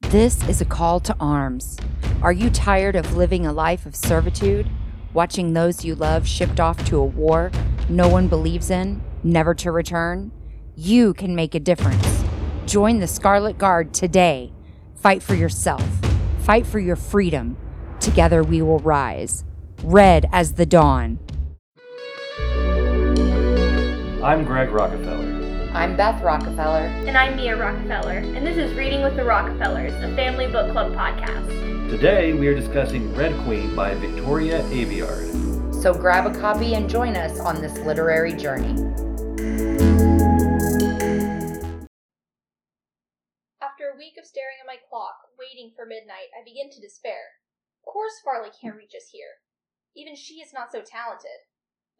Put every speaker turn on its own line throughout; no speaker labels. This is a call to arms. Are you tired of living a life of servitude, watching those you love shipped off to a war no one believes in, never to return? You can make a difference. Join the Scarlet Guard today. Fight for yourself. Fight for your freedom. Together we will rise, red as the dawn.
I'm Greg Rockefeller.
I'm Beth Rockefeller.
And I'm Mia Rockefeller, and this is Reading with the Rockefellers, a family book club podcast.
Today we are discussing Red Queen by Victoria Aveyard.
So grab a copy and join us on this literary journey.
After a week of staring at my clock, waiting for midnight, I begin to despair. Of course, Farley can't reach us here. Even she is not so talented.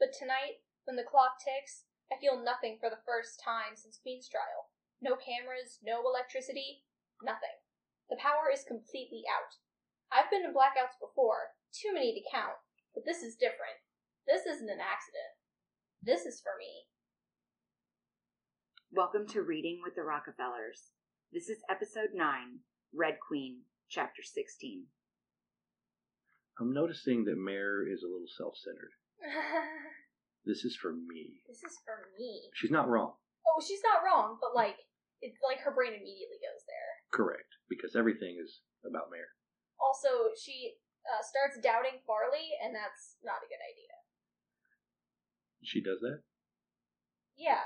But tonight, when the clock ticks, I feel nothing for the first time since Queen's trial. No cameras, no electricity, nothing. The power is completely out. I've been to blackouts before, too many to count, but this is different. This isn't an accident. This is for me.
Welcome to Reading with the Rockefellers. This is episode 9, Red Queen, chapter 16.
I'm noticing that Mare is a little self centered. This is for me.
this is for me.
She's not wrong.
Oh, she's not wrong, but like, it's like her brain immediately goes there.
Correct. Because everything is about Mare.
Also, she uh, starts doubting Farley, and that's not a good idea.
She does that?
Yeah,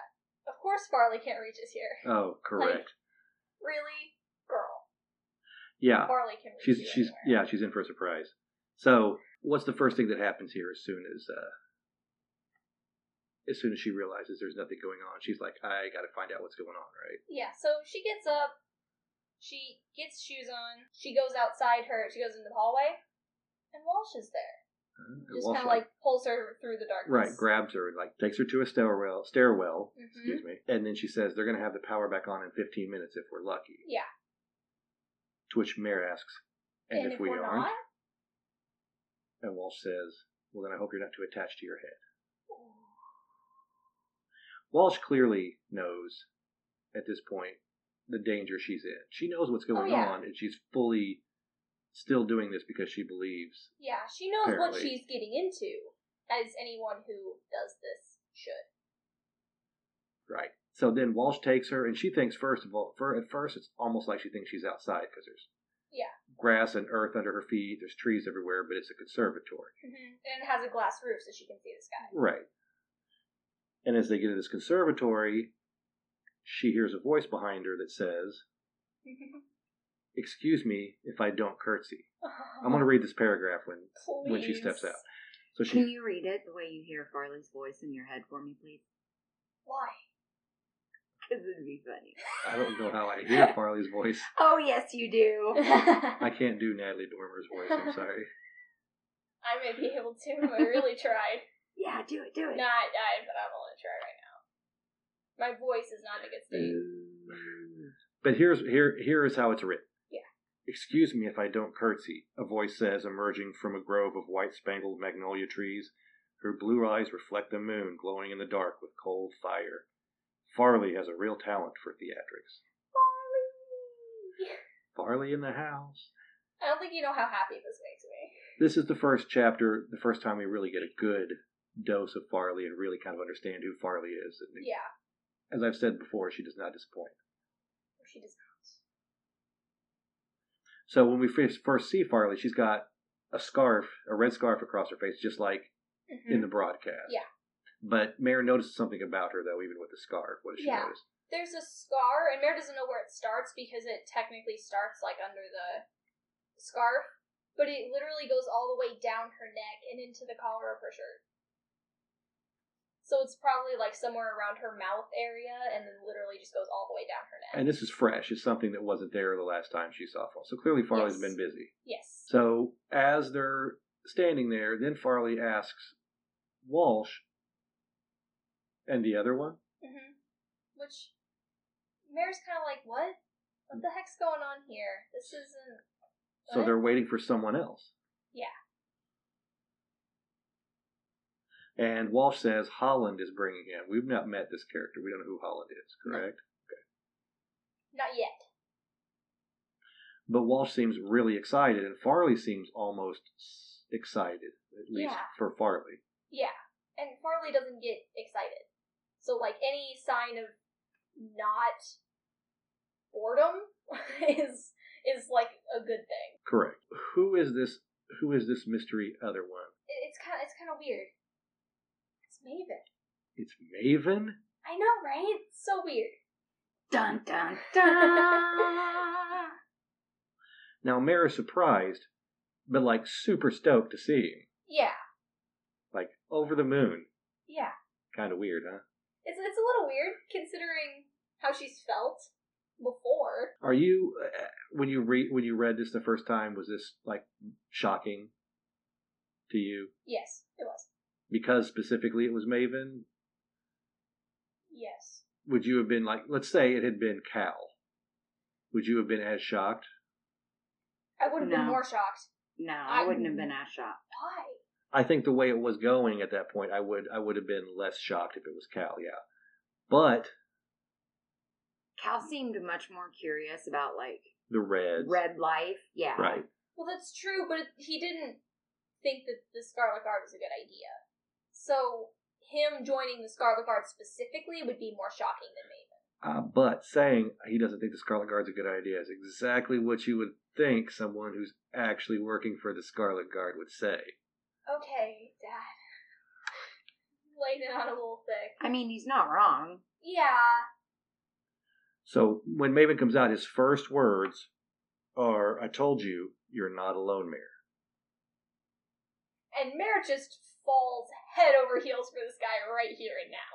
of course Farley can't reach us here.
Oh, correct.
Really, girl,
Yeah.
Farley can reach
She's
you
she's
anywhere.
yeah, she's in for a surprise. So what's the first thing that happens here as soon as uh as soon as she realizes there's nothing going on, she's like, I gotta find out what's going on, right?
Yeah, so she gets up, she gets shoes on, she goes outside her, she goes into the hallway, and Walsh is there.
Uh, and
Just
Walsh,
kind of like pulls her through the darkness.
right grabs her and like takes her to a stairwell stairwell
Mhm.
excuse me and then she says they're going to have the power back on in 15 minutes if we're lucky
Yeah.
to which mayor asks and, if, we
are
aren't
not,
and walsh says well then i hope you're not too attached to your head walsh clearly knows at this point the danger she's in she knows what's going
Oh, yeah.
on and she's fully still doing this because she believes
yeah, she knows what
Apparently.
she's getting into, as anyone who does this should.
right so then walsh takes her and she thinks first of all for at first it's almost like she thinks she's outside because there's
Yeah.
grass and earth under her feet. There's trees everywhere, but it's a conservatory.
hmm And it has a glass roof so she can see the sky.
Right. And as they get to this conservatory, she hears a voice behind her that says, Excuse me if I don't curtsy. I'm going to read this paragraph when. when she steps
Please.
out. So
Can
she.
you read it the way you hear Farley's voice in your head for me, please?
Why?
Because it'd be funny.
I don't know how I hear Farley's voice.
Oh, yes, you do.
I can't do Natalie Dormer's voice. I'm sorry.
I may be able to if I really tried.
yeah, do it, do it.
Not, I, but I'm gonna try right now. My voice is not in a good state.
But here's here here is how it's written.
Yeah.
Excuse me if I don't curtsy, a voice says, emerging from a grove of white spangled magnolia trees. Her blue eyes reflect the moon, glowing in the dark with cold fire. Farley has a real talent for theatrics. Farley in the house.
I don't think you know how happy this makes me.
This is the first chapter, the first time we really get a good dose of Farley and really kind of understand who Farley is. And
Yeah,
As I've said before, she does not disappoint.
she does not.
So when we first, first see Farley, she's got a scarf, a red scarf across her face, just like in the
Mhm.
broadcast.
Yeah.
But Mare notices something about her though, even with the scarf. What does she
Yeah.
notice?
There's a scar, and Mare doesn't know where it starts because it technically starts like under the scarf, but it literally goes all the way down her neck and into the collar of her shirt. So it's probably like somewhere around her mouth area, and then literally just goes all the way down her neck.
And this is fresh. It's something that wasn't there the last time she saw Farley. So clearly Farley's
Yes.
been busy.
yes.
So as they're standing there, then Farley asks Walsh and the other one.
hmm Which Mare's kind of like, what? What the heck's going on here? This isn't.
So
what?"
they're waiting for someone else.
Yeah.
And Walsh says Holland is bringing him. We've not met this character. We don't know who Holland is,
No.
correct?
not yet.
But Walsh seems really excited, and Farley seems almost s- excited, at least
Yeah.
for Farley.
Yeah, and Farley doesn't get excited. So, like, any sign of not boredom is is like a good thing.
Correct. Who is this? Who is this mystery other one?
It- It's kind it's kind of weird. It's Maven.
It's Maven.
I know, right? It's so weird.
Dun dun dun.
Now Mare is surprised, but like super stoked to see him,
Yeah,
like over the moon.
yeah.
Kind of weird, huh?
It's it's a little weird considering how she's felt before.
Are you uh, when you read when you read this the first time? Was this like shocking to you
Yes, it was.
because specifically it was Maven?
Yes.
Would you have been like, let's say it had been Cal? Would you have been as shocked?
I would have been
No.
more shocked.
No, I
I-
wouldn't have been as shocked.
Why?
I think the way it was going at that point, I would I would have been less shocked if it was Cal, yeah. But
Cal seemed much more curious about like
the Reds,
red life. Yeah.
right?
Well, that's true, but it- he didn't think that the Scarlet Guard was a good idea. So him joining the Scarlet Guard specifically would be more shocking than me.
Uh, but saying he doesn't think the Scarlet Guard's a good idea is exactly what you would think someone who's actually working for the Scarlet Guard would say.
Okay, Dad. Laying it on a little thick.
I mean, he's not wrong.
Yeah.
So when Maven comes out, his first words are, "I told you, you're not alone, Mayor."
And Merritt just falls head over heels for this guy right here and now.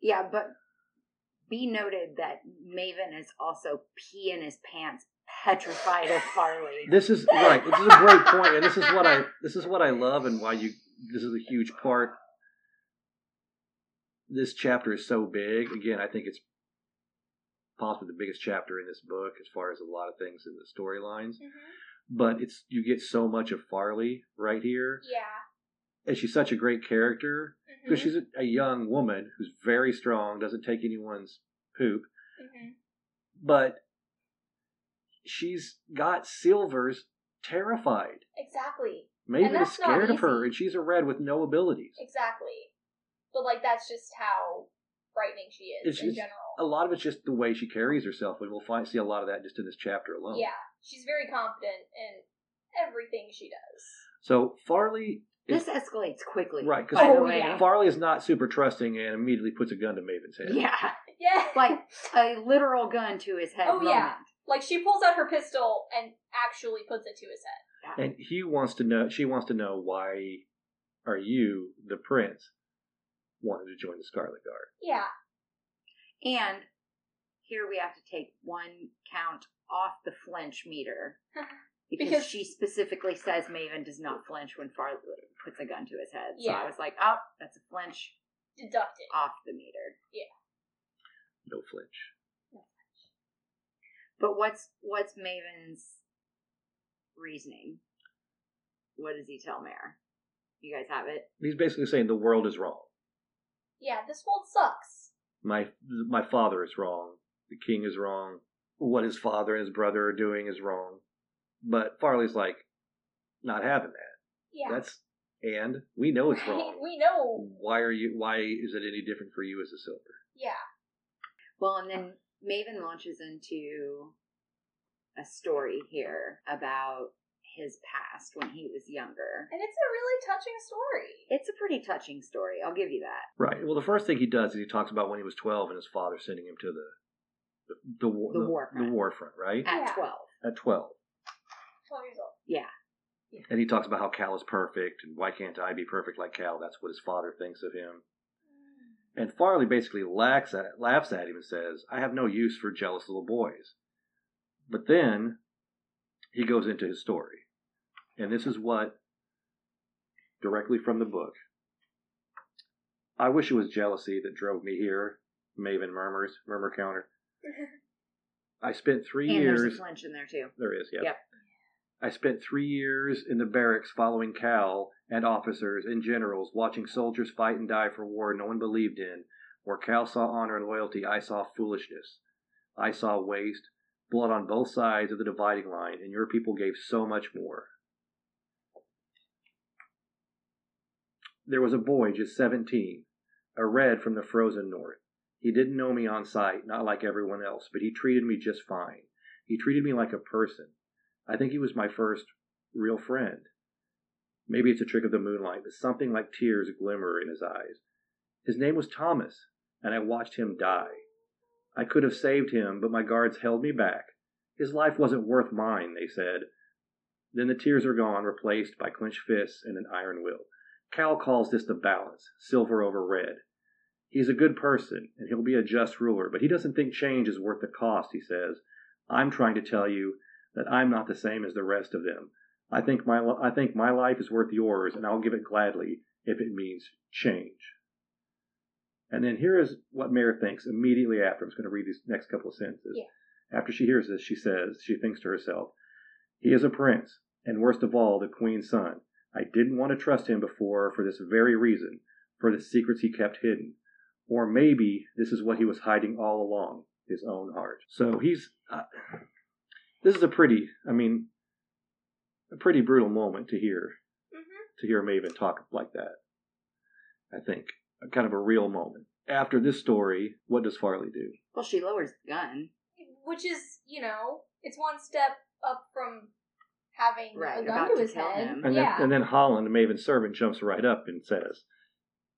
Yeah, but be noted that Maven is also peeing his pants, petrified of Farley.
This is right. This is a great point, and this is what I this is what I love, and why you this is a huge part. This chapter is so big. Again, I think it's possibly the biggest chapter in this book as far as a lot of things in the storylines.
Mm-hmm.
But it's you get so much of Farley right here,
Yeah.
and she's such a great character
Mm-hmm.
because she's a, a young woman who's very strong, doesn't take anyone's poop,
mm-hmm.
but she's got Silver's terrified.
Exactly. And
Maven is
that's not
scared of her,
easy.
and she's a red with no abilities.
Exactly. But, like, that's just how frightening she is
It's
in
just-
general.
A lot of it's just the way she carries herself, and we'll find see a lot of that just in this chapter
Oh.
alone.
Yeah, she's very confident in everything she does.
So Farley,
This escalates quickly.
right? Because
By the
Oh,
way.
yeah.
Farley is not super trusting, and immediately puts a gun to Maven's head.
Yeah.
Yeah,
Like a literal gun to his head.
Oh, yeah.
moment.
like she pulls out her pistol and actually puts it to his head.
And he wants to know. She wants to know why are you the prince? Wanted to join the Scarlet Guard.
Yeah,
And here we have to take one count off the flinch meter. Because,
Because-
she specifically says Maven does not flinch when Farley puts a gun to his head. So
Yeah.
I was like, oh, that's a flinch
deducted.
off the meter.
No flinch.
But what's what's Maven's reasoning? What does he tell Mare? You guys have it?
He's basically saying the world is wrong.
Yeah, this world sucks.
My my father is wrong. The king is wrong. What his father and his brother are doing is wrong. But Farley's like, not having that.
Yeah,
That's and we know it's
Right?
wrong.
We know.
Why are you? Why is it any different for you as a silver?
Yeah,
Well, and then Maven launches into a story here about his past when he was younger.
and it's a really touching story.
It's a pretty touching story, I'll give you that.
Right. Well, the first thing he does is he talks about when he was twelve and his father sending him to the the the, war
The
the
warfront.
the warfront, right?
At
Yeah.
12.
At twelve,
Twelve years old.
and he talks about how Cal is perfect and why can't I be perfect like Cal? That's what his father thinks of him. And Farley basically lacks at, laughs at him and says, I have no use for jealous little boys. But then he goes into his story. And this is what, directly from the book I wish it was jealousy that drove me here, Maven murmurs, murmur counter. I spent three
And there's a
years.
flinch in there too.
There is, yeah.
Yep.
I spent three years in the barracks following Cal and officers and generals, watching soldiers fight and die for war no one believed in. Where Cal saw honor and loyalty, I saw foolishness. I saw waste. Blood on both sides of the dividing line, and your people gave so much more. There was a boy just 17, a red from the frozen north. He didn't know me on sight, not like everyone else, but he treated me just fine. He treated me like a person. I think he was my first real friend. Maybe it's a trick of the moonlight, but something like tears glimmer in his eyes. His name was Thomas, and I watched him die. I could have saved him, but my guards held me back. His life wasn't worth mine, they said. Then the tears are gone, replaced by clenched fists and an iron will. Cal calls this the balance, silver over red. He's a good person, and he'll be a just ruler, but he doesn't think change is worth the cost, he says. I'm trying to tell you that I'm not the same as the rest of them. I think my li- I think my life is worth yours, and I'll give it gladly if it means change. And then here is what Mayor thinks immediately after. I'm just going to read these next couple of sentences. After she hears this, she says she thinks to herself, "He is a prince, and worst of all, the queen's son. I didn't want to trust him before for this very reason, for the secrets he kept hidden, or maybe this is what he was hiding all along, his own heart." So he's. Uh, this is a pretty. I mean, a pretty brutal moment to hear
Mm-hmm.
to hear Maven talk like that. I think a kind of a real moment. After this story, what does Farley do?
Well, she lowers the gun.
Which is, you know, it's one step up from having
Right,
a
about
gun to
to
his
kill
head.
him.
And
yeah.
then and then Holland, Maven's servant, jumps right up and says,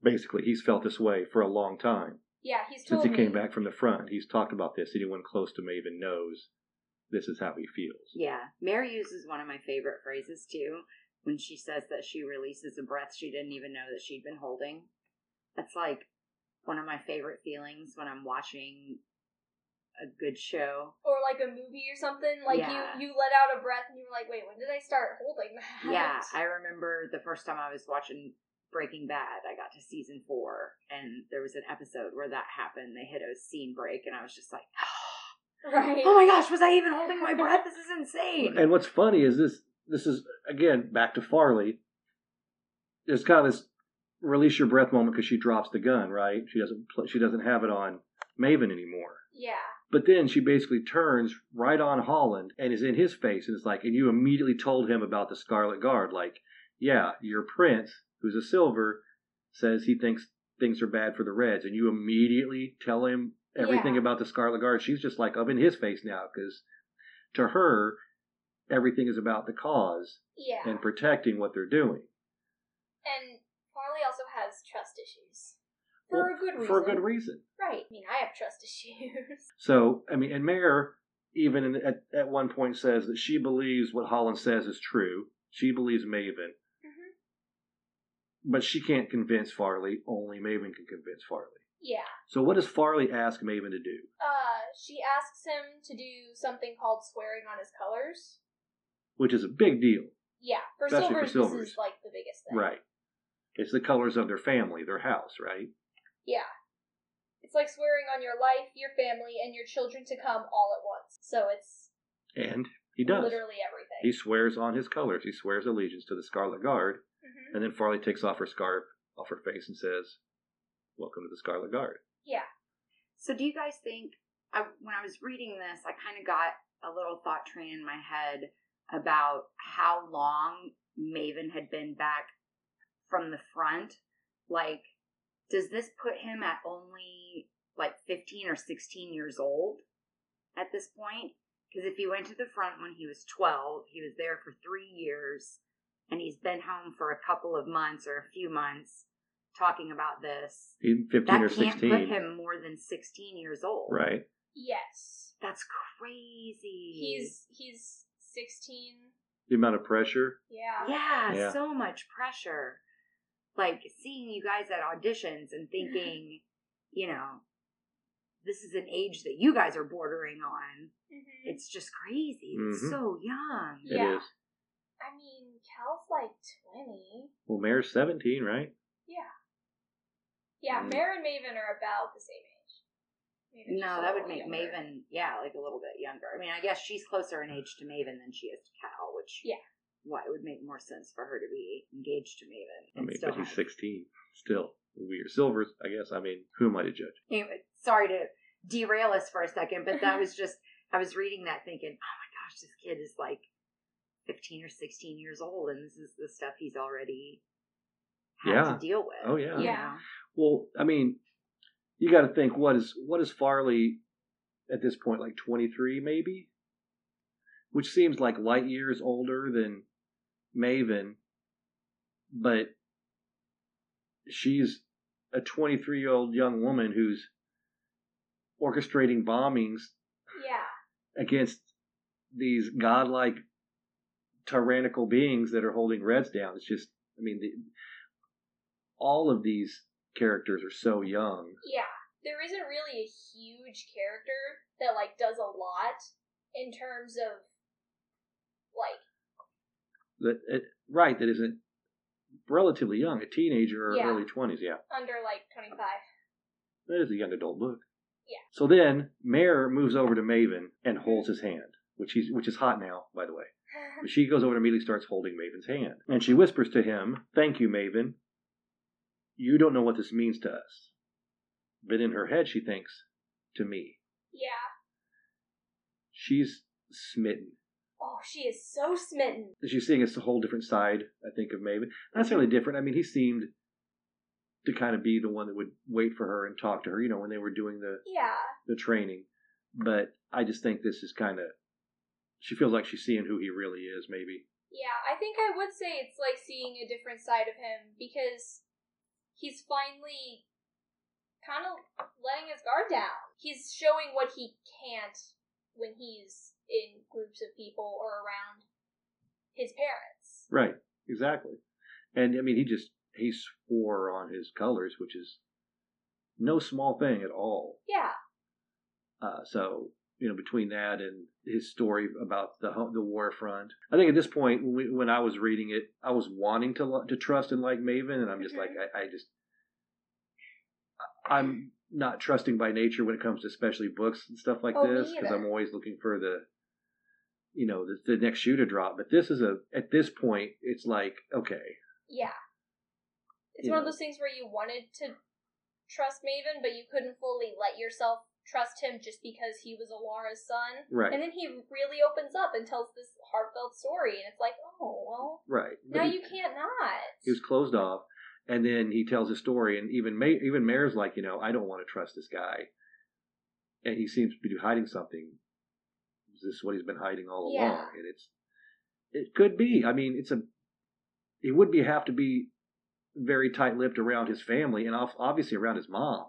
basically, he's felt this way for a long time
yeah, he's
since
told
he
me.
came back from the front. He's talked about this. Anyone close to Maven knows this is how he feels.
Yeah. Mary uses one of my favorite phrases too when she says that she releases a breath she didn't even know that she'd been holding. That's like one of my favorite feelings when I'm watching a good show.
Or like a movie or something. Like
Yeah.
you, you let out a breath and you were like, wait, when did I start holding that?
Yeah, I remember the first time I was watching Breaking Bad, I got to season four, and there was an episode where that happened. They hit a scene break, and I was just like,
right.
oh my gosh, was I even holding my breath? This is insane.
And what's funny is this this is again back to Farley. There's kind of this release your breath moment because she drops the gun, right? She doesn't pl- she doesn't have it on Maven anymore.
Yeah.
But then she basically turns right on Holland and is in his face and it's like, and you immediately told him about the Scarlet Guard. Like, yeah, your prince, who's a silver, says he thinks things are bad for the Reds, and you immediately tell him everything
Yeah.
about the Scarlet Guard. She's just like, I'm in his face now because to her, everything is about the cause
Yeah.
and protecting what they're doing
And Farley also has trust issues. For
Well,
a good reason.
for a good reason.
Right. I mean, I have trust issues.
So, I mean, and Mayer even in, at, at one point says that she believes what Holland says is true. She believes Maven,
Mhm.
but she can't convince Farley. Only Maven can convince Farley.
Yeah.
So, what does Farley ask Maven to do?
Uh, she asks him to do something called swearing on his colors.
Which is a big deal,
Yeah. For
Especially for
silvers,
silvers.
this is like the biggest thing.
right? It's the colors of their family, their house, right?
Yeah. It's like swearing on your life, your family, and your children to come all at once. So it's
And he does.
literally everything.
He swears on his colors. He swears allegiance to the Scarlet Guard,
hmm
and then Farley takes off her scarf off her face and says, "Welcome to the Scarlet Guard."
Yeah.
So, do you guys think I, when I was reading this, I kind of got a little thought train in my head about how long Maven had been back from the front? Like, does this put him at only like 15 or 16 years old at this point? Because if he went to the front when he was 12, he was there for three years and he's been home for a couple of months or a few months talking about this
He's fifteen
that
or
can't
sixteen,
put him more than 16 years old.
right?
Yes.
That's crazy.
He's he's sixteen.
the amount of pressure.
Yeah.
yeah,
Yeah.
so much pressure. Like seeing you guys at auditions and thinking, you know, this is an age that you guys are bordering on.
Mhm.
It's just crazy. It's
Mhm.
so young.
It is.
Yeah. I mean, Cal's like twenty.
Well, Mayor's 17, right?
Yeah. Yeah,
Mm.
Mare and Maven are about the same age. Maven's just
Mm-hmm. No,
a
that would
little
make
younger.
Maven, yeah, like a little bit younger. I mean, I guess she's closer in age to Maven than she is to Cal, which
Yeah.
why it would make more sense for her to be engaged to Maven.
I
and
mean,
still
but he's
have-
16 still. We are silvers, I guess. I mean, who am I to judge?
Anyway, sorry to derail us for a second, but that was just I was reading that thinking, oh my gosh, this kid is like 15 or 16 years old, and this is the stuff he's already had
Yeah.
to deal with.
Oh, yeah.
you
Yeah.
know?
Well, I mean, you got to think what is what is Farley at this point, like twenty three, maybe, which seems like light years older than Maven, but she's a twenty three year old young woman who's orchestrating bombings
Yeah.
against these godlike tyrannical beings that are holding reds down. It's just, I mean, the, all of these characters are so young.
Yeah, there isn't really a huge character that like does a lot in terms of like
That it, right, that isn't relatively young, a teenager or
Yeah.
early twenties. Yeah,
under like 25.
that is a young adult book.
Yeah.
So then, Mare moves over to Maven and holds his hand, which he's which is hot now, by the way. But she goes over and immediately starts holding Maven's hand. And she whispers to him, Thank you, Maven. You don't know what this means to us. But in her head, she thinks, To me.
yeah.
She's smitten.
Oh, she is so smitten.
She's seeing us a whole different side, I think, of Maven. Not necessarily different. I mean, he seemed to kind of be the one that would wait for her and talk to her, you know, when they were doing the,
Yeah.
the training. But I just think this is kind of. She feels like she's seeing who he really is, maybe.
Yeah, I think I would say it's like seeing a different side of him because he's finally kind of letting his guard down. He's showing what he can't when he's in groups of people or around his parents.
Right. Exactly. And I mean, he just he swore on his colors, which is no small thing at all.
Yeah,
Uh, so you know, between that and his story about the ho- the war front, I think at this point when, we, when I was reading it, I was wanting to lo- to trust and like Maven, and I'm just like
Mm-hmm.
I, I just I- I'm not trusting by nature when it comes to especially books and stuff like
Oh, me
this because
either.
I'm always looking for the you know the, the next shoe to drop. But this is a at this point it's like okay,
yeah. It's
You
one of
know.
those things where you wanted to trust Maven, but you couldn't fully let yourself trust him just because he was Alara's son.
Right.
And then he really opens up and tells this heartfelt story, and it's like, oh, well.
Right.
Now
But he,
you can't not.
he was closed off, and then he tells his story, and even May, even Mayor's like, you know, I don't want to trust this guy, and he seems to be hiding something. Is this what he's been hiding all
Yeah.
along? And it's it could be. I mean, it's a it would be have to be very tight lipped around his family and off, obviously around his mom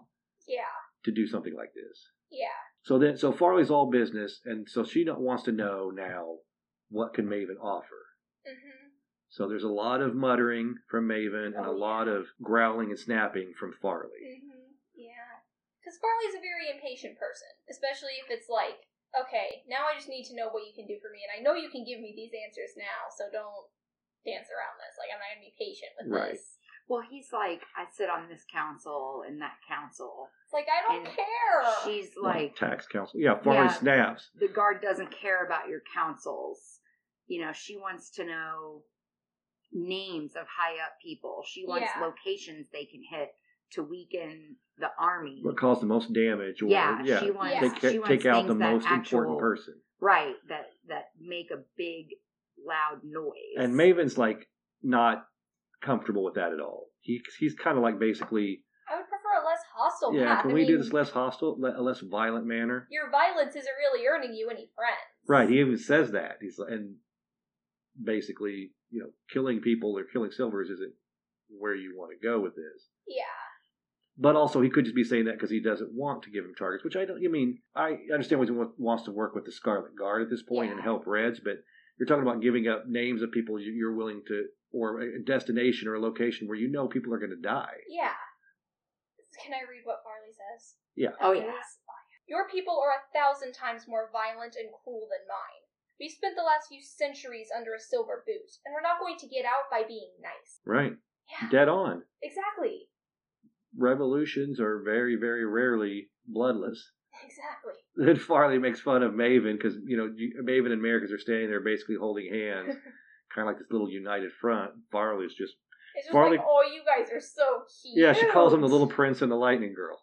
yeah,
to do something like this.
yeah,
So then, so Farley's all business, and so she not, wants to know now what can Maven offer.
hmm
So there's a lot of muttering from Maven and
Oh,
a
yeah.
lot of growling and snapping from Farley.
hmm yeah. Because Farley's a very impatient person, especially if it's like, okay, now I just need to know what you can do for me, and I know you can give me these answers now, so don't dance around this. Like I'm not gonna be patient with
Right.
this.
Well, he's like, I sit on this council and that council.
It's like I don't
And
care.
She's like,
tax counsel. Yeah, Farley
Yeah.
snaps.
the guard doesn't care about your councils. You know, she wants to know names of high up people. She wants
Yeah.
locations they can hit to weaken the army.
What caused the most damage? Or,
yeah,
yeah,
she wants
They
Yeah.
ca-
she wants
take out
things
the
that
most
actual,
important person.
right that that make a big loud noise.
And Maven's like not comfortable with that at all. He he's kind of like basically,
I would prefer a less hostile
yeah.
path.
Can
I
we do
mean,
this less hostile, le- a less violent manner?
Your violence isn't really earning you any friends.
Right. He even says that. He's like, and basically, you know, killing people or killing silvers isn't where you want to go with this.
Yeah.
But also, he could just be saying that because he doesn't want to give him targets, which I don't. I mean, I understand why he wa- wants to work with the Scarlet Guard at this point and
Yeah.
help Reds, but you're talking about giving up names of people you- you're willing to, or a destination or a location where you know people are going to die.
Yeah. Can I read what Farley says?
Yeah.
Oh, yeah.
Your people are a thousand times more violent and cruel than mine. We spent the last few centuries under a silver boot, and we're not going to get out by being nice.
Right.
Yeah,
Dead on.
exactly.
Revolutions are very, very rarely bloodless.
Exactly.
Then Farley makes fun of Maven because you know you, Maven and Americans are standing there basically holding hands, kind of like this little united front. Farley's just
It's just
Farley-
like, oh, you guys are so cute.
yeah. She calls him the little prince and the lightning girl.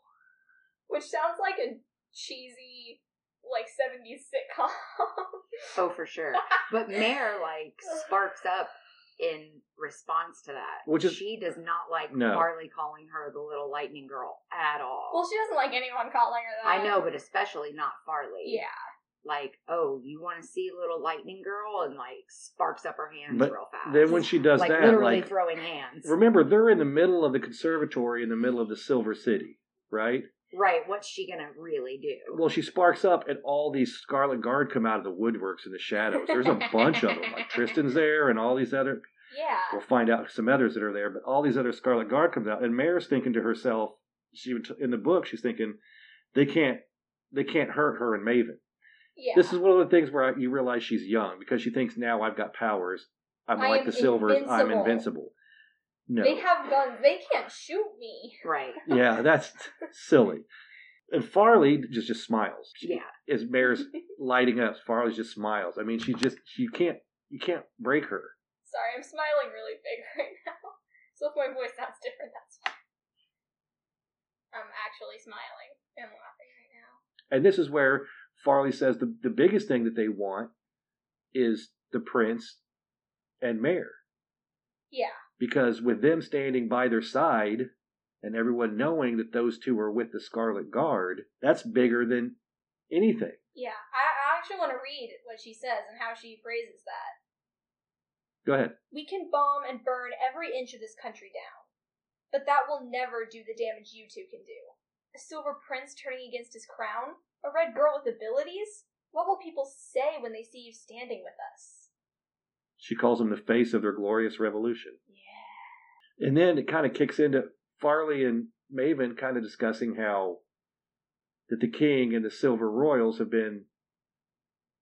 Which sounds like a cheesy, like 70s sitcom.
Oh, for sure. But Mare like sparks up in response to that.
Which is-
she does not like
No.
Farley calling her the little lightning girl at all.
well, she doesn't like anyone calling her that.
I know, but especially not Farley.
Yeah.
Like, oh, you want to see little lightning girl, and like sparks up her hands
But
real fast.
Then when she does
like
that,
literally
like
throwing hands.
remember they're in the middle of the conservatory in the middle of the Silver City, right?
right? What's she gonna really do?
Well, she sparks up, and all these Scarlet Guard come out of the woodworks in the shadows. There's a bunch of them. Like Tristan's there, and all these other.
Yeah.
We'll find out some others that are there, but all these other Scarlet Guard comes out, and Mare's thinking to herself. She in the book, she's thinking, they can't, they can't hurt her and Maven.
Yeah.
This is one of the things where I, you realize she's young because she thinks now I've got powers. I'm
I
like
am
the Silvers. I'm
invincible."
invincible. No,
They have guns. They can't shoot me.
Right?
yeah, that's silly. And Farley just just smiles. She-
Yeah.
As Mare's lighting up, Farley just smiles. I mean, she just you can't you can't break her.
Sorry, I'm smiling really big right now. So if my voice sounds different, that's fine. I'm actually smiling and laughing right now.
And this is where Farley says the the biggest thing that they want is the prince and Mare.
Yeah.
because with them standing by their side and everyone knowing that those two are with the Scarlet Guard, that's bigger than anything.
Yeah. I, I actually want to read what she says and how she phrases that.
Go ahead.
We can bomb and burn every inch of this country down, but that will never do the damage you two can do. A silver prince turning against his crown? A red girl with abilities? What will people say when they see you standing with us?
She calls them the face of their glorious revolution.
Yeah.
And then it kind of kicks into Farley and Maven kind of discussing how that the king and the Silver Royals have been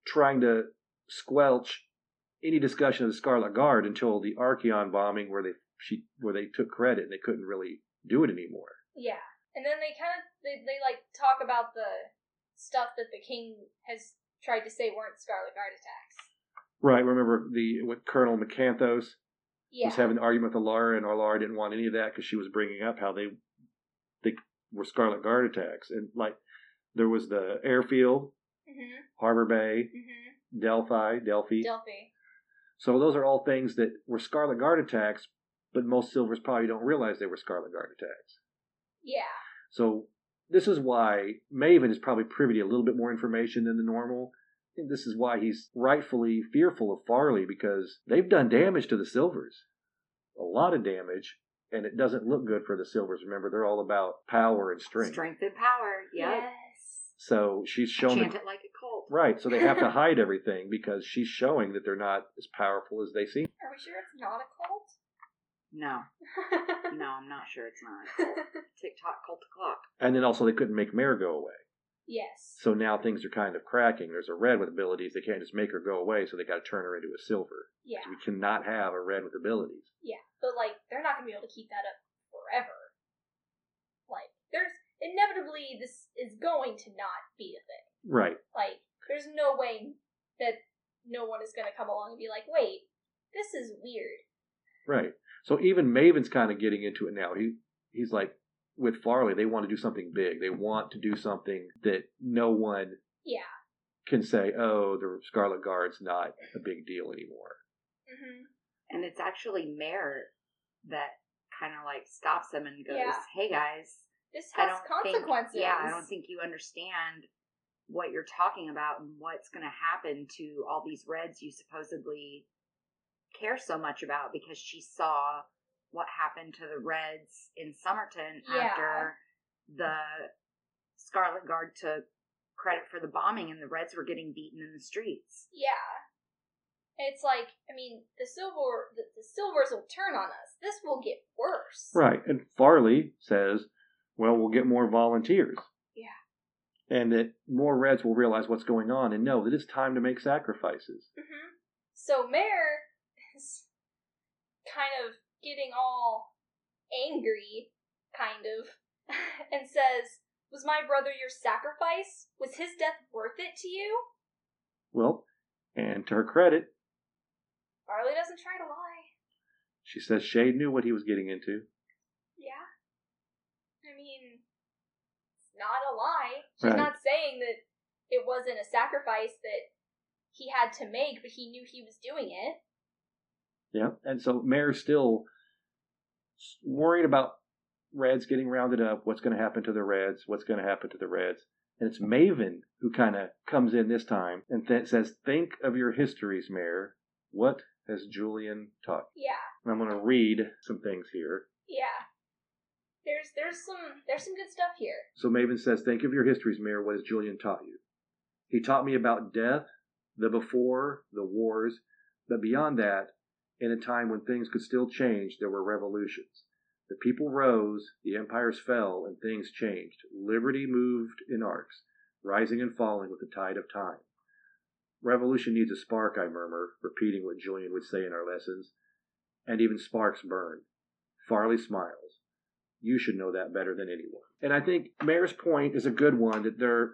trying to squelch any discussion of the Scarlet Guard until the Archeon bombing where they she where they took credit and they couldn't really do it anymore.
Yeah. And then they kind of they, they like talk about the stuff that the king has tried to say weren't Scarlet Guard attacks.
Right. Remember the with Colonel McCanthos
Yeah.
was having an argument with Alara, and Alara didn't want any of that because she was bringing up how they they were Scarlet Guard attacks, and like there was the airfield,
Mhm.
Harbor Bay,
Mhm.
Delphi, Delphi.
Delphi.
so those are all things that were Scarlet Guard attacks, but most Silvers probably don't realize they were Scarlet Guard attacks.
Yeah.
So this is why Maven is probably privy to a little bit more information than the normal. And this is why he's rightfully fearful of Farley because they've done damage to the Silvers. A lot of damage, and it doesn't look good for the Silvers. Remember, they're all about power and strength.
Strength and power. Yeah.
Yes.
So she's shown
Chant
that,
it like a cult.
right, so they have to hide everything because she's showing that they're not as powerful as they seem.
Are we sure it's not a cult?
No, no, I'm not sure it's not. TikTok cult o'clock.
And then also they couldn't make Mare go away.
yes.
So now things are kind of cracking. There's a red with abilities. They can't just make her go away, so they got to turn her into a silver.
Yeah.
We cannot have a red with abilities.
Yeah, but like they're not gonna be able to keep that up forever. Like there's inevitably this is going to not be a thing.
Right.
Like there's no way that no one is gonna come along and be like, wait, this is weird.
Right. So even Maven's kind of getting into it now. He he's like with Farley, they want to do something big. They want to do something that no one
Yeah.
can say, "Oh, the Scarlet Guard's not a big deal anymore."
Mm-hmm.
hmm
And it's actually Mare that kind of like stops them and goes,
Yeah.
"Hey guys,
This
I
has
don't
consequences.
Think, yeah, I don't think you understand what you're talking about and what's going to happen to all these reds you supposedly care so much about because she saw what happened to the reds in Somerton
Yeah.
after the Scarlet Guard took credit for the bombing and the reds were getting beaten in the streets.
Yeah. And It's like I mean the silver the, the silvers will turn on us. This will get worse.
Right. And Farley says, well, we'll get more volunteers.
Yeah.
And that more Reds will realize what's going on and know that it's time to make sacrifices.
hmm So Mare is kind of getting all angry, kind of, and says, "Was my brother your sacrifice? Was his death worth it to you?"
Well, and to her credit,
Barley doesn't try to lie.
she says Shade knew what he was getting into.
Yeah, I mean, it's not a lie. She's
Right.
not saying that It wasn't a sacrifice that he had to make, but he knew he was doing it.
Yeah, and so Mayor's still worried about Reds getting rounded up. What's going to happen to the Reds? What's going to happen to the Reds? And it's Maven who kind of comes in this time and th- says, "Think of your histories, Mayor. What has Julian taught?"
Yeah,
you?" And I'm going to read some things here.
yeah. There's there's some there's some good stuff here.
So Maven says, Think of your histories, Mayor. What has Julian taught you? He taught me about death, the before, the wars, but beyond that, in a time when things could still change, there were revolutions. The people rose, the empires fell, and things changed. Liberty moved in arcs, rising and falling with the tide of time. Revolution needs a spark, I murmur, repeating what Julian would say in our lessons. And even sparks burn. Farley smiles you should know that better than anyone. And I think Mayor's point is a good one that there,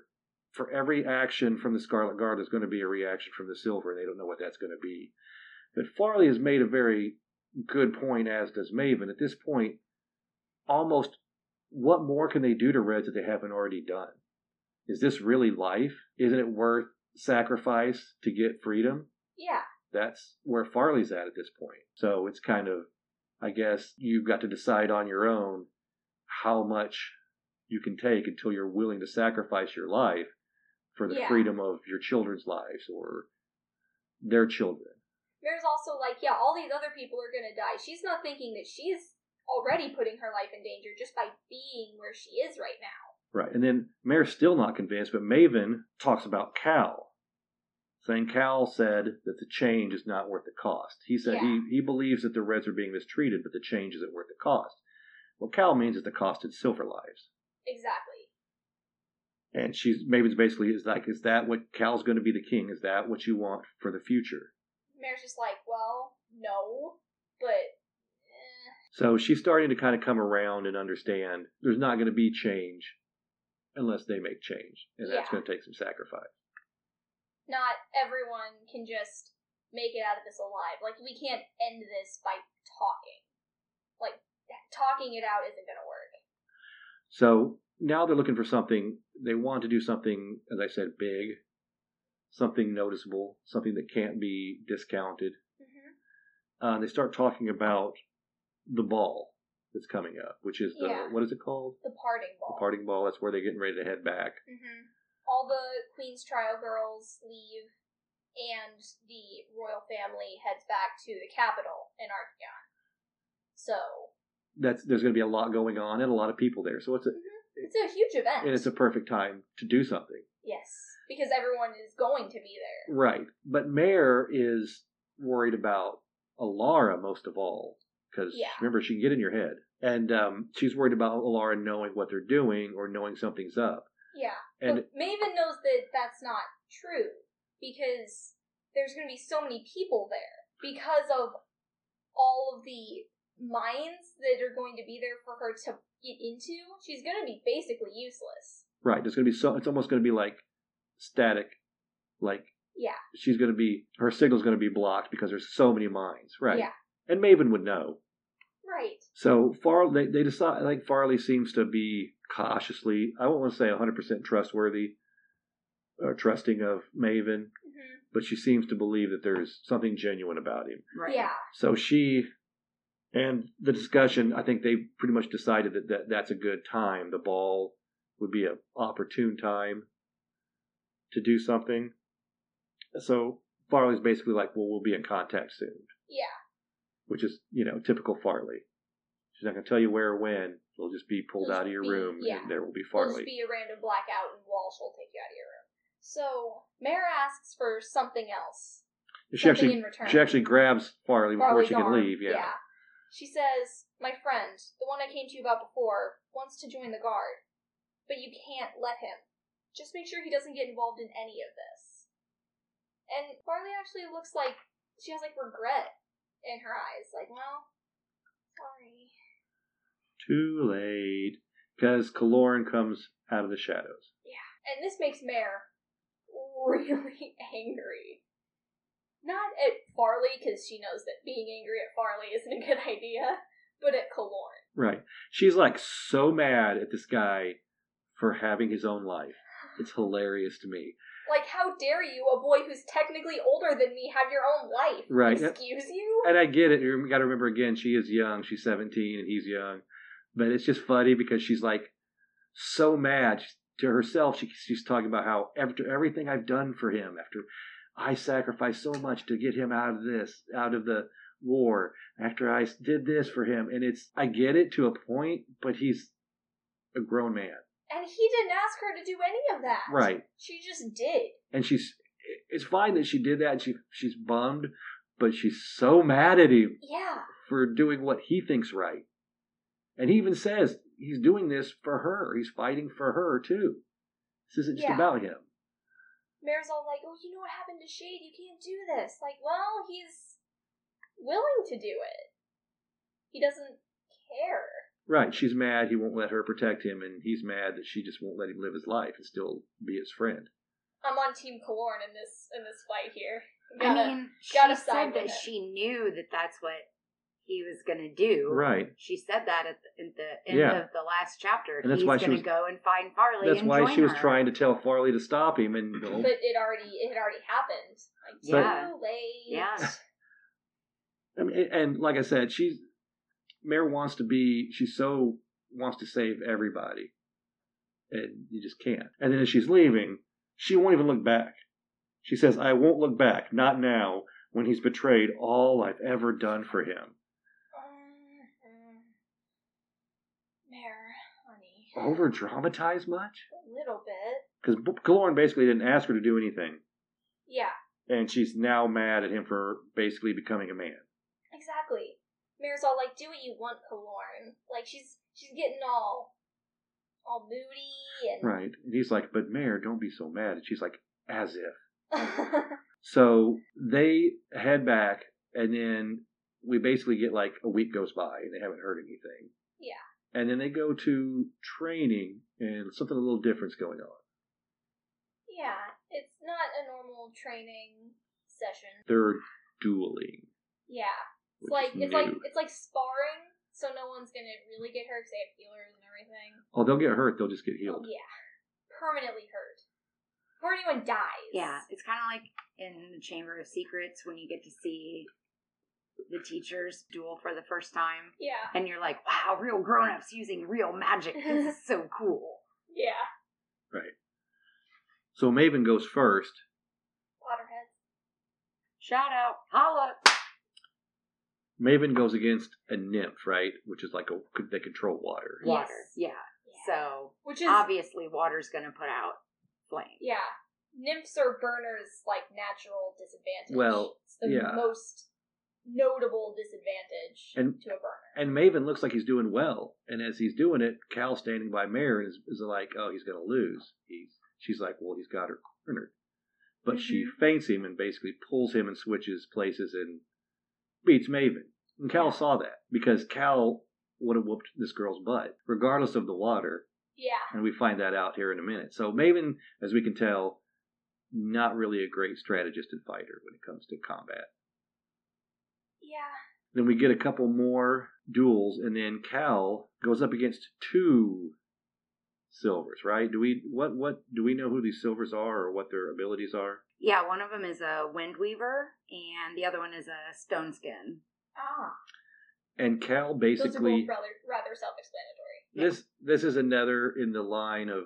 for every action from the Scarlet Guard, there's going to be a reaction from the Silver, and they don't know what that's going to be. But Farley has made a very good point, as does Maven. At this point, almost what more can they do to Reds that they haven't already done? Is this really life? Isn't it worth sacrifice to get freedom?
Yeah,
that's where Farley's at at this point. So it's kind of, I guess, you've got to decide on your own how much you can take until you're willing to sacrifice your life for the
Yeah.
freedom of your children's lives or their children.
There's also like, yeah, all these other people are gonna die. She's not thinking that she's already putting her life in danger just by being where she is right now.
Right. And then Mayor's still not convinced, but Maven talks about Cal, saying Cal said that the change is not worth the cost. He said
Yeah.
he, he believes that the Reds are being mistreated, but the change isn't worth the cost. What Cal means is the cost in silver lives.
Exactly.
And she's Maven's basically is like, is that what Cal's going to be the king? Is that what you want for the future?
Mare's just like, well, no, but eh,
So she's starting to kind of come around and understand there's not going to be change unless they make change, and that's
Yeah.
going to take some sacrifice.
not everyone can just make it out of this alive. Like, we can't end this by talking. Like, talking it out isn't gonna work.
So now they're looking for something. They want to do something, as I said, big, something noticeable, something that can't be discounted.
Mm-hmm.
Uh, they start talking about the ball that's coming up, which is the
Yeah.
what is it called?
The parting
The
ball.
parting ball. That's where they're getting ready to head back.
hmm All the Queen's Trial girls leave, and the royal family heads back to the capital in Archeon. So,
That's there's going to be a lot going on and a lot of people there. So it's a
it's a huge event.
and it's a perfect time to do something.
yes, because everyone is going to be there.
Right. But Mare is worried about Alara most of all. Because
Yeah.
remember, she can get in your head. And um, she's worried about Alara knowing what they're doing or knowing something's up.
Yeah.
And
but Maven knows that that's not true because there's going to be so many people there because of all of the mines that are going to be there for her to get into. She's going to be basically useless.
right, there's going to be so, it's almost going to be like static. Like
Yeah.
she's going to be, her signal's going to be blocked because there's so many mines. Right.
Yeah.
And Maven would know.
Right.
So Far, they, they decide. I think Farley seems to be cautiously. I won't want to say 100 percent trustworthy, or trusting of Maven,
hmm
but she seems to believe that there's something genuine about him.
Right.
Yeah.
So she and the discussion, I think they pretty much decided that, that that's a good time. The ball would be a opportune time to do something. So Farley's basically like, well, we'll be in contact soon,
Yeah.
which is, you know, typical Farley. She's not going to tell you where or when. You'll just be pulled
You'll
out of your
be-
room
yeah.
and there will be
It'll
Farley.
just be a random blackout and Walsh will take you out of your room. So, Mara asks for something else.
And she actually
Something in return.
she actually grabs Farley before
Farley's
she can
arm.
leave. yeah.
She says, My friend, the one I came to you about before, wants to join the guard, but you can't let him. Just make sure he doesn't get involved in any of this. And Farley actually looks like she has like regret in her eyes. Like, well, sorry.
Too late. Because Kaloran comes out of the shadows.
And this makes Mare really angry. Not at Farley, because she knows that being angry at Farley isn't a good idea, but at Kalorn.
Right. She's like so mad at this guy for having his own life. It's hilarious to me.
Like, how dare you, a boy who's technically older than me, have your own life?
Right.
Excuse you?
And I get it. You got to remember again, she is young. She's 17 and he's young. But it's just funny because she's like so mad She's- to herself. She, she's talking about how after everything I've done for him, after I sacrificed so much to get him out of this, out of the war, after I did this for him. And it's, I get it to a point, but he's a grown man.
And he didn't ask her to do any of that.
Right.
She just did.
and she's it's fine that she did that and she she's bummed but she's so mad at him
Yeah.
for doing what he thinks right and he even says he's doing this for her he's fighting for her too this isn't just
Yeah.
about him
Mare's all like, oh, you know what happened to Shade? You can't do this. Like, well, he's willing to do it. He doesn't care.
right she's mad he won't let her protect him and he's mad that she just won't let him live his life and still be his friend
I'm on Team Kalorn in this in this fight here.
I
Gotta-
mean, she
gotta side
said that
with it.
she knew that that's what he was going to do.
right
She said that at the, at the end
Yeah.
of the last chapter.
And that's
He's
why she
going
was-
to go and find Farley.
that's
and
why
join
she was
her.
trying to tell farley to stop him and
but it already it had already happened. Like
So-
too late.
Yeah.
I mean, and like I said, she's Mare wants to be. She so wants to save everybody, and you just can't. And then as she's leaving, she won't even look back. She says, "I won't look back, not now, when he's betrayed all I've ever done for him."
Mhm. Mare, honey,
Over dramatize much?
a little bit.
Because Galorn basically didn't ask her to do anything,
Yeah,
and she's now mad at him for basically becoming a man.
exactly. Mare's all like, "Do what you want, Kalorn." Like she's she's getting all all moody and
Right? And he's like, "But Mare, don't be so mad." And she's like, "As if."
yeah,
So they head back, and then we basically get like a week goes by, and they haven't heard anything.
Yeah.
And then they go to training, and something a little different's going on.
it's not a normal training session.
They're dueling.
Yeah,
which
it's like
is
it's like
new.
it's like sparring, so no one's gonna really get hurt because they have healers and everything.
oh, they'll get hurt. They'll just get healed.
Yeah. Permanently hurt. Before anyone dies.
Yeah, it's kind of like in the Chamber of Secrets when you get to see the teachers duel for the first time,
Yeah.
and you're like, "Wow, real grown-ups using real magic. This is so cool."
Yeah.
So Maven goes first,
Waterheads.
Shout out, holla.
Maven goes against a nymph, right? Which is like a could they control water.
Yeah.
Water, yeah.
Yeah.
So
Which is
obviously, water's going to put out flame.
yeah. Nymphs are burners like natural disadvantage.
Well,
it's the
yeah.
most notable disadvantage
And-
to a burner.
And Maven looks like he's doing well, and as he's doing it, Cal standing by Mare is, is like, "Oh, he's going to lose." He's she's like, "Well, he's got her cornered," but she feints him and basically pulls him and switches places and beats Maven. And Cal saw that because Cal would have whooped this girl's butt, regardless of the water.
Yeah.
And we find that out here in a minute. So Maven, as we can tell, not really a great strategist and fighter when it comes to combat.
Yeah.
Then we get a couple more duels, and then Cal goes up against two silvers. Right? Do we what what do we know who these silvers are or what their abilities are?
Yeah, one of them is a wind weaver, and the other one is a stone skin.
Ah.
And Cal
Those are both
basically
rather rather self explanatory.
this this is another in the line of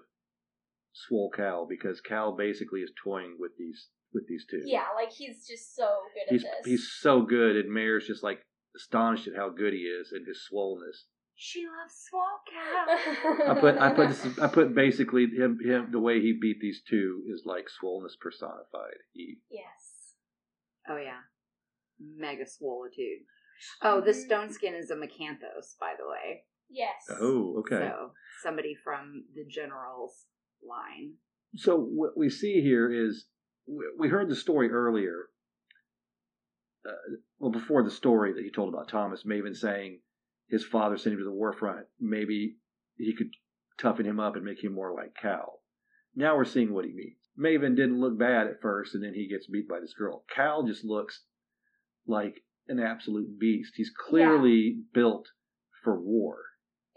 swole Cal because Cal basically is toying with these with these two.
Yeah, like he's just so good
he's
at this.
he's so good, and Mayor's just like astonished at how good he is and his swollenness.
She loves swamp cat.
I put I put this, I put basically him him the way he beat these two is like swollenness personified. He
Yes.
oh yeah, mega swollitude. Oh, the
Mhm.
stone skin is a Macanthos, by the way.
Yes.
oh okay.
So somebody from the general's line.
So, what we see here is we- we heard the story earlier. Uh, well, before the story that he told about Thomas Maven saying his father sent him to the war front, maybe he could toughen him up and make him more like Cal. Now we're seeing what he means. Maven didn't look bad at first, and then he gets beat by this girl. Cal just looks like an absolute beast. He's clearly built for war.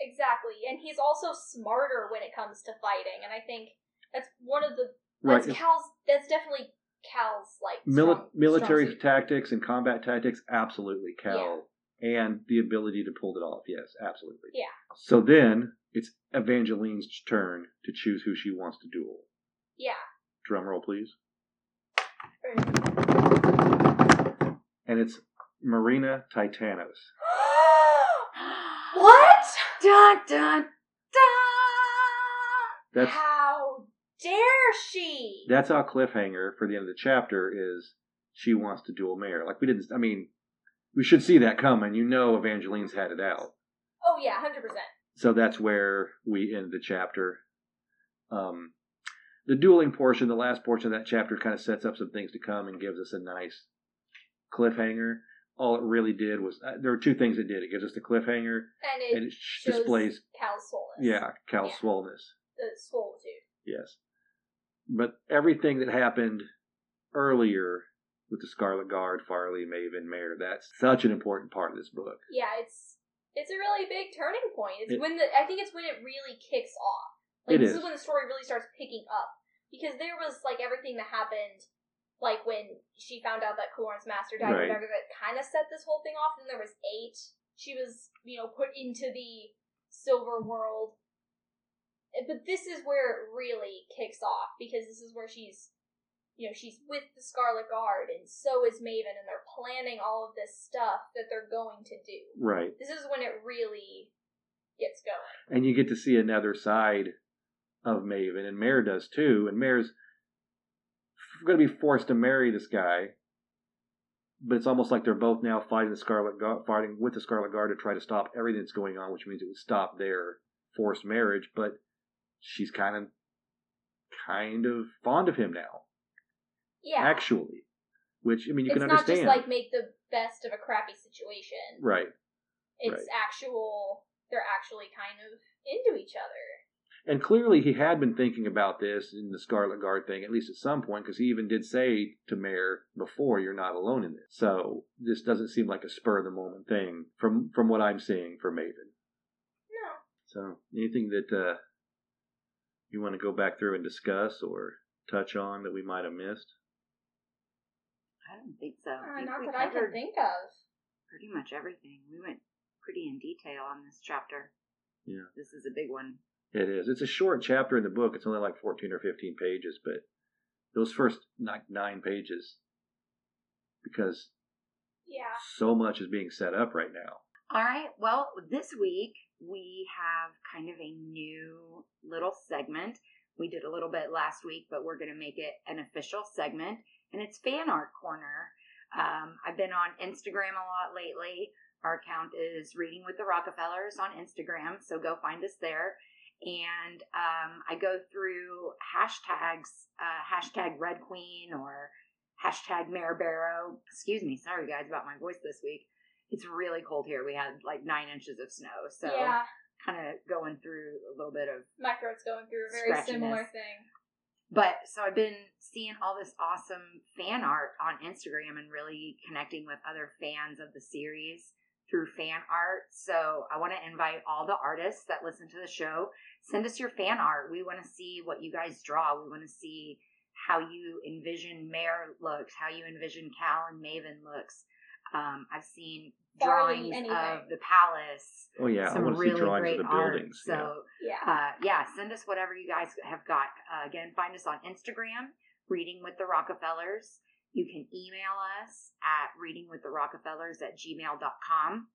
Exactly. And he's also smarter when it comes to fighting. And I think That's one of the
Right.
that's Cal's. That's definitely Cal's like
Mili-
strong-
military
strong suit.
tactics and combat tactics, absolutely, Cal. And the ability to pull it off, yes, absolutely.
Yeah.
So then it's Evangeline's turn to choose who she wants to duel.
Yeah.
Drum roll, please.
Or-
And it's Marina Titanos.
what?
Dun dun
That's
Ah. How dare she?
that's our cliffhanger for the end of the chapter is she wants to duel Mayor. Like we didn't I mean, we should see that coming. You know Evangeline's had it out.
oh yeah, hundred percent.
so that's where we end the chapter. Um, the dueling portion, the last portion of that chapter, kind of sets up some things to come and gives us a nice cliffhanger. All it really did was uh, there were two things it did. It gives us the cliffhanger
And it,
and it sh-
shows
displays,
Cal's swollenness.
yeah, Cal's
Yeah.
swollenness.
the swole dude.
Yes, but everything that happened earlier with the Scarlet Guard, Farley, Maven, Mare, that's such an important part of this book.
Yeah, it's it's a really big turning point. It's
It-
when the I think it's when it really kicks off. Like
It
this
is.
is. when the story really starts picking up because there was like everything that happened, like when she found out that Cloran's master died,
Right.
or whatever. That kind of set this whole thing off. And there was eight. She was you know put into the silver world. Eh, But this is where it really kicks off because this is where she's, you know, she's with the Scarlet Guard, and so is Maven, and they're planning all of this stuff that they're going to do
Right.
this is when it really gets going.
and you get to see another side of Maven, and Mare does too. And Mare's going to be forced to marry this guy, but it's almost like they're both now fighting the Scarlet Guard, fighting with the Scarlet Guard to try to stop everything that's going on, which means it would stop their forced marriage. But she's kind of, kind of fond of him now,
Yeah,
actually. Which I mean, you
it's
can
not
understand,
just like make the best of a crappy situation.
right?
It's actual. They're actually kind of into each other.
And clearly, he had been thinking about this in the Scarlet Guard thing, at least at some point, because he even did say to Mare before, "You're not alone in this." So this doesn't seem like a spur of the moment thing from from what I'm seeing for Maven.
No,
So anything that uh, you want to go back through and discuss or touch on that we might have missed?
I don't think so. I
uh,
think
not
we
that I
covered
can think of.
Pretty much everything. We went pretty in detail on this chapter.
Yeah.
This is a big one.
It is. It's a short chapter in the book. It's only like 14 or 15 pages, but those first like nine pages, because
Yeah,
so much is being set up right now.
All right. Well, this week we have kind of a new little segment. We did a little bit last week, but we're going to make it an official segment, and it's Fan Art Corner. Um, I've been on Instagram a lot lately. Our account is Reading with the Rockefellers on Instagram, so go find us there. And um, I go through hashtags, uh, hashtag Red Queen or hashtag Mare Barrow. Excuse me, sorry guys about my voice this week it's really cold here. We had like nine inches of snow, so
yeah.
kind of going through a little bit of.
My throat's going through a very
Scratchiness.
similar thing.
But so I've been seeing all this awesome fan art on Instagram and really connecting with other fans of the series through fan art. So I want to invite all the artists that listen to the show. Send us your fan art. We want to see what you guys draw. We want to see how you envision Mare looks, how you envision Cal and Maven looks. Um, I've seen
Barley,
drawings
anything.
of the palace.
Oh yeah, I
some
want to
really
see drawings
great
of the
art.
buildings.
So
yeah.
Yeah,
uh, yeah, send us whatever you guys have got. Uh, again, find us on Instagram, Reading with the Rockefellers. You can email us at readingwiththerrockefellers at gmail.com.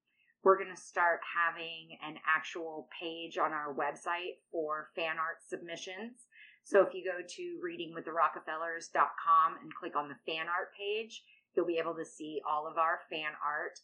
We're going to start having an actual page on our website for fan art submissions. So if you go to readingwiththerrockefellers.com and click on the fan art page, you'll be able to see all of our fan art.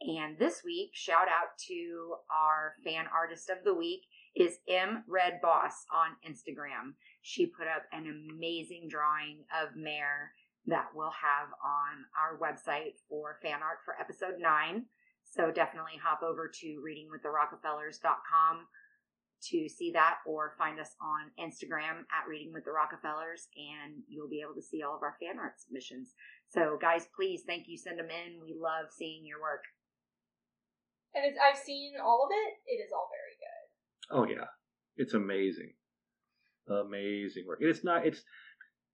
And this week, shout out to our fan artist of the week, is M Red Boss on Instagram. She put up an amazing drawing of Mare that we'll have on our website for fan art for episode nine. So definitely hop over to readingwiththerrockefellers.com to see that or find us on Instagram at Reading with the Rockefellers and you'll be able to see all of our fan art submissions. So guys, please thank you. Send them in. We love seeing your work.
and it's, I've seen all of it. It is all very good.
Oh yeah, it's amazing. amazing work. And it's not it's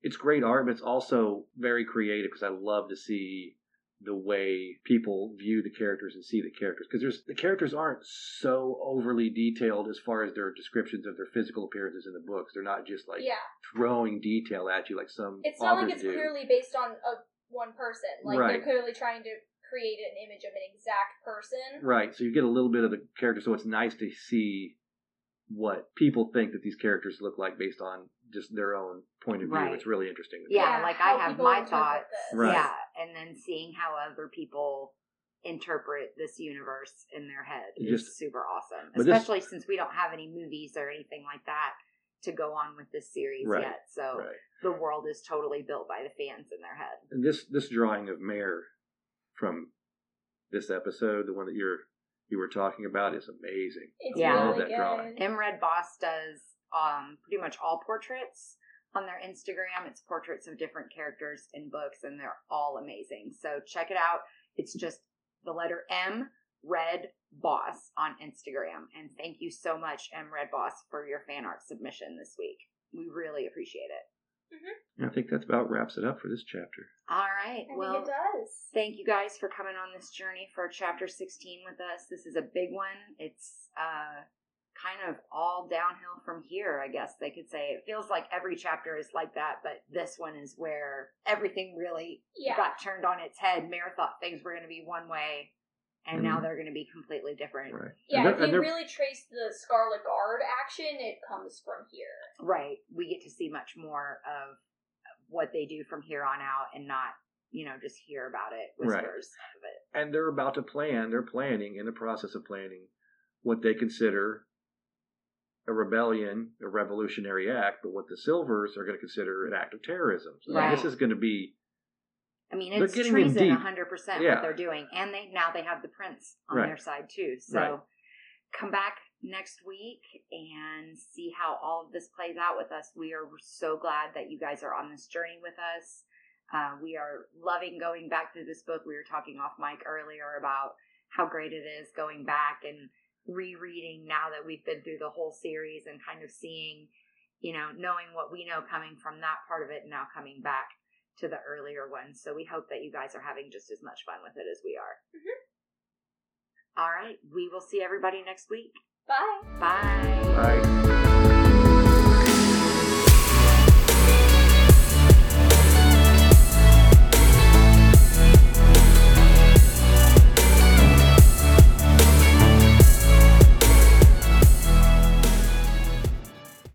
it's great art, but it's also very creative because I love to see the way people view the characters and see the characters because there's the characters aren't so overly detailed as far as their descriptions of their physical appearances in the books. They're not just like
yeah,
throwing detail at you like some
it's not like
authors
it's
do.
clearly based on a one person. Like
Right.
they're clearly trying to create an image of an exact person.
Right. So you get a little bit of the character. So it's nice to see what people think that these characters look like based on just their own point of view.
Right.
It's really interesting. to me.
Yeah,
Yeah,
like
how
I have
people
my
interpret
thoughts.
this.
Right.
Yeah, and then seeing how other people interpret this universe in their head
It
is
just-
super awesome.
but this-
Especially since we don't have any movies or anything like that to go on with this series
Right,
yet. So
Right.
the world is totally built by the fans in their head.
And this this drawing of Mare from this episode, the one that you're you were talking about, is amazing.
It's
Yeah.
I love
really
that drawing.
good.
Mred Boss does um, pretty much all portraits on their Instagram. It's portraits of different characters in books, and they're all amazing. So check it out. It's just the letter M Red Boss on Instagram. And thank you so much, M Red Boss, for your fan art submission this week. We really appreciate it.
And I think that's about wraps it up for this chapter.
All right.
I think
Well,
it does.
Thank you guys for coming on this journey for chapter 16 with us. This is a big one. It's uh, kind of all downhill from here, I guess they could say. It feels like every chapter is like that, but this one is where everything really
Yeah.
got turned on its head. Mare thought things were going to be one way, and now
Mhm.
they're going to be completely different.
Right.
Yeah,
And
if
they're- and
you
they're-
really trace the Scarlet Guard action, it comes from here.
Right. We get to see much more of what they do from here on out and not, you know, just hear about it,
Right.
whispers of it.
and they're about to plan, they're planning in the process of planning what they consider a rebellion, a revolutionary act, but what the Silvers are going to consider an act of terrorism. So
Right.
this is going to be
I mean,
They're
it's
getting in
treason,
deep.
hundred percent
Yeah.
what they're doing, and they now they have the prince on
Right.
their side too. So
Right.
come back next week and see how all of this plays out with us. We are so glad that you guys are on this journey with us. Uh, we are loving going back through this book. We were talking off mic earlier about how great it is going back and rereading now that we've been through the whole series and kind of seeing, you know, knowing what we know coming from that part of it now coming back to the earlier ones. So we hope that you guys are having just as much fun with it as we are. All right. We will see everybody next week.
Bye.
Bye.
like